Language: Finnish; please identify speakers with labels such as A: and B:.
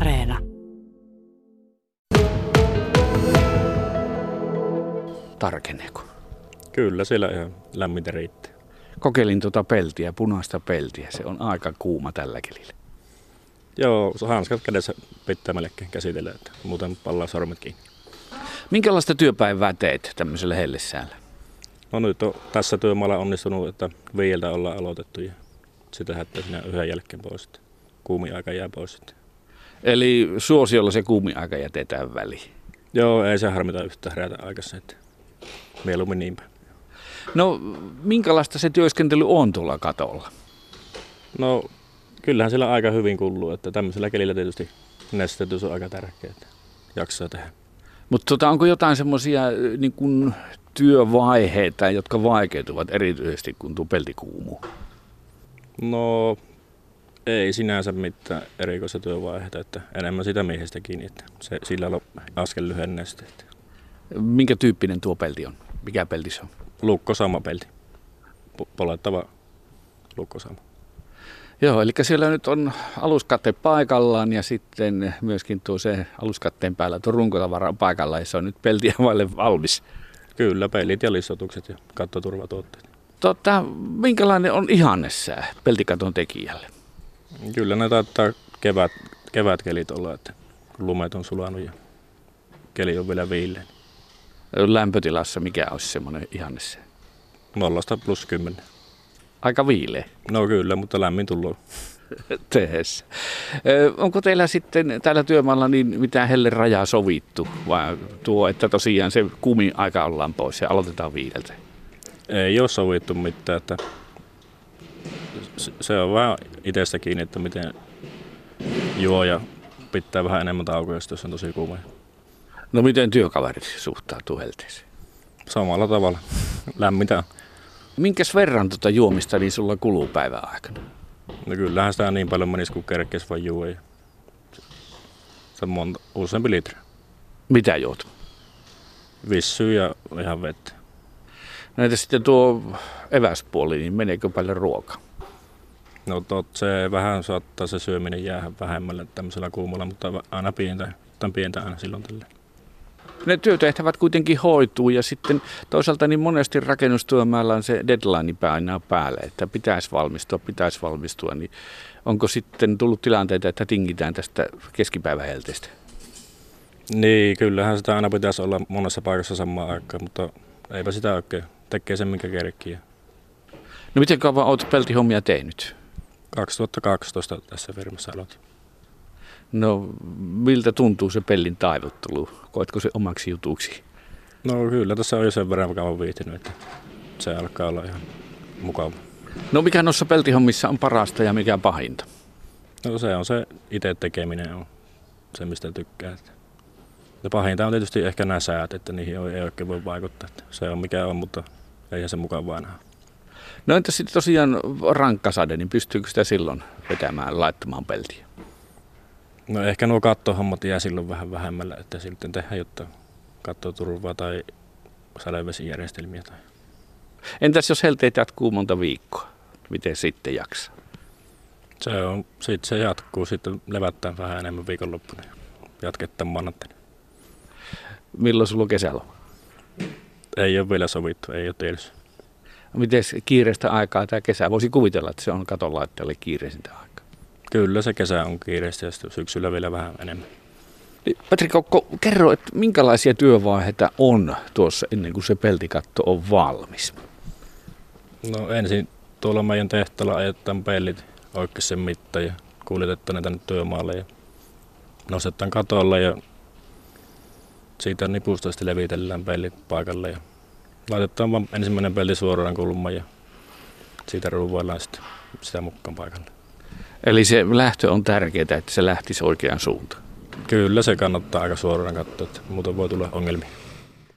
A: Areena.
B: Tarkeneeko?
C: Kyllä, siellä ihan lämmintä riittää.
B: Kokeilin tuota peltiä, punaista peltiä. Se on aika kuuma tällä kelillä.
C: Joo, hanskat kädessä pitää melkein käsitellä, että muuten pallaa sormet kiinni.
B: Minkälaista työpäivää teet tämmöisellä hellessäällä?
C: No nyt on tässä työmaalla onnistunut, että viieltä ollaan aloitettu ja sitä hättää sinä yhden jälkeen pois. Että kuumi aika jää pois. Sitten.
B: Eli suosiolla se kuumi aika jätetään väliin.
C: Joo, ei se harmita yhtään herätä aikaisin, että mieluummin niin päin.
B: No, minkälaista se työskentely on tuolla katolla?
C: No, kyllähän sillä aika hyvin kuuluu, että tämmöisellä kelillä tietysti nestetys on aika tärkeää, että jaksaa tehdä.
B: Mutta tota, onko jotain semmoisia niin kun työvaiheita, jotka vaikeutuvat erityisesti, kun tuu pelti kuumuu?
C: No, ei sinänsä mitään erikoista työvaihetta, että enemmän sitä miehestä kiinni, että se, sillä on askel lyhennestä. Että
B: Minkä tyyppinen tuo pelti on? Mikä pelti se on?
C: lukko sama pelti, Po- polettava lukko sama.
B: Joo, eli siellä nyt on aluskatte paikallaan ja sitten myöskin tuo se aluskatteen päällä tuo runkotavara paikallaan ja se on nyt peltiä vaille valmis.
C: Kyllä, pelit ja listotukset ja kattoturvatuotteet.
B: Tota, minkälainen on ihannessää peltikaton tekijälle?
C: Kyllä ne taittaa kevät, kevätkelit olla, että kun lumet on sulanut ja keli on vielä viileä. niin
B: Lämpötilassa mikä olisi semmoinen ihannessää?
C: Nollasta plus kymmenen.
B: Aika viileä.
C: No kyllä, mutta lämmin tullut.
B: tehdessä. Ö, Onko teillä sitten täällä työmaalla niin mitään helle rajaa sovittu vai tuo, että tosiaan se kumin aika ollaan pois ja aloitetaan viideltä?
C: Ei ole sovittu mitään, että se- se on vähän itsestä kiinni, että miten juo ja pitää vähän enemmän taukoja, jos on tosi kuuma.
B: No miten työkaverit suhtautuu helteeseen?
C: Samalla tavalla lämmintä on.
B: Minkäs verran tuota juomista niin sulla kuluu päivän aikana?
C: No kyllähän sitä niin paljon menisi, kun kerkes vaan juo. ja Se on monta, useampi litra.
B: Mitä juot?
C: Vissyy ja ihan vettä.
B: No entä sitten tuo eväspuoli, niin meneekö paljon ruokaa?
C: No tot, se vähän saattaa se syöminen jäädä vähemmälle tämmöisellä kuumalla, mutta aina pientä, tai pientä aina silloin tällä.
B: Ne työtehtävät kuitenkin hoituu ja sitten toisaalta niin monesti rakennustyömaalla on se deadline painaa päälle, että pitäisi valmistua, pitäisi valmistua, niin onko sitten tullut tilanteita, että tingitään tästä keskipäivähelteestä?
C: Niin, kyllähän sitä aina pitäisi olla monessa paikassa samaan aikaan, mutta eipä sitä oikein. Tekee sen, minkä kerkii.
B: No miten kauan olet peltihommia tehnyt?
C: 2012 tässä firmassa aloitin.
B: No miltä tuntuu se pellin taivuttelu? Koetko se omaksi jutuksi?
C: No kyllä, tässä on jo sen verran kauan viihtynyt, että se alkaa olla ihan mukava.
B: No mikä noissa peltihommissa on parasta ja mikä pahinta?
C: No se on se itse tekeminen on se, mistä tykkää. että. Ja pahinta on tietysti ehkä nämä säät, että niihin ei ei oikein voi vaikuttaa. että Se on mikä on, mutta eihän se mukavaa enää. ole.
B: No entä sitten tosiaan rankkasade, niin pystyykö sitä silloin vetämään, laittamaan peltiä?
C: No ehkä nuo kattohommat jää silloin vähän vähemmällä, että sitten tehdään jotain kattoturvaa tai sadevesijärjestelmiä. Tai.
B: Entäs jos helteet jatkuu monta viikkoa? Miten sitten jaksaa?
C: Se, on, sit se jatkuu, sitten levättään vähän enemmän viikonloppuna ja jatketaan maanantaina.
B: Milloin sulla on kesäloma?
C: Ei ole vielä sovittu, ei ole tiedossa.
B: Miten kiireistä aikaa tämä kesä? Voisi kuvitella, että se on katolaitteelle kiireisintä aikaa.
C: Kyllä se kesä on kiireistä ja sitten syksyllä vielä vähän enemmän.
B: Niin, Petri Kokko, kerro, että minkälaisia työvaiheita on tuossa ennen kuin se peltikatto on valmis?
C: No ensin tuolla meidän tehtaalla ajetaan pellit oikein mittaan ja kuljetetaan ne tänne työmaalle ja nostetaan katolle ja siitä nipusta sitten levitellään pellit paikalle ja laitetaan vaan ensimmäinen pelti suoraan kulmaan ja siitä ruuvaillaan sitten sitä mukaan paikalle.
B: Eli se lähtö on tärkeää, että se lähtisi oikeaan suuntaan.
C: Kyllä se kannattaa aika suoraan katsoa, että muuten voi tulla ongelmia.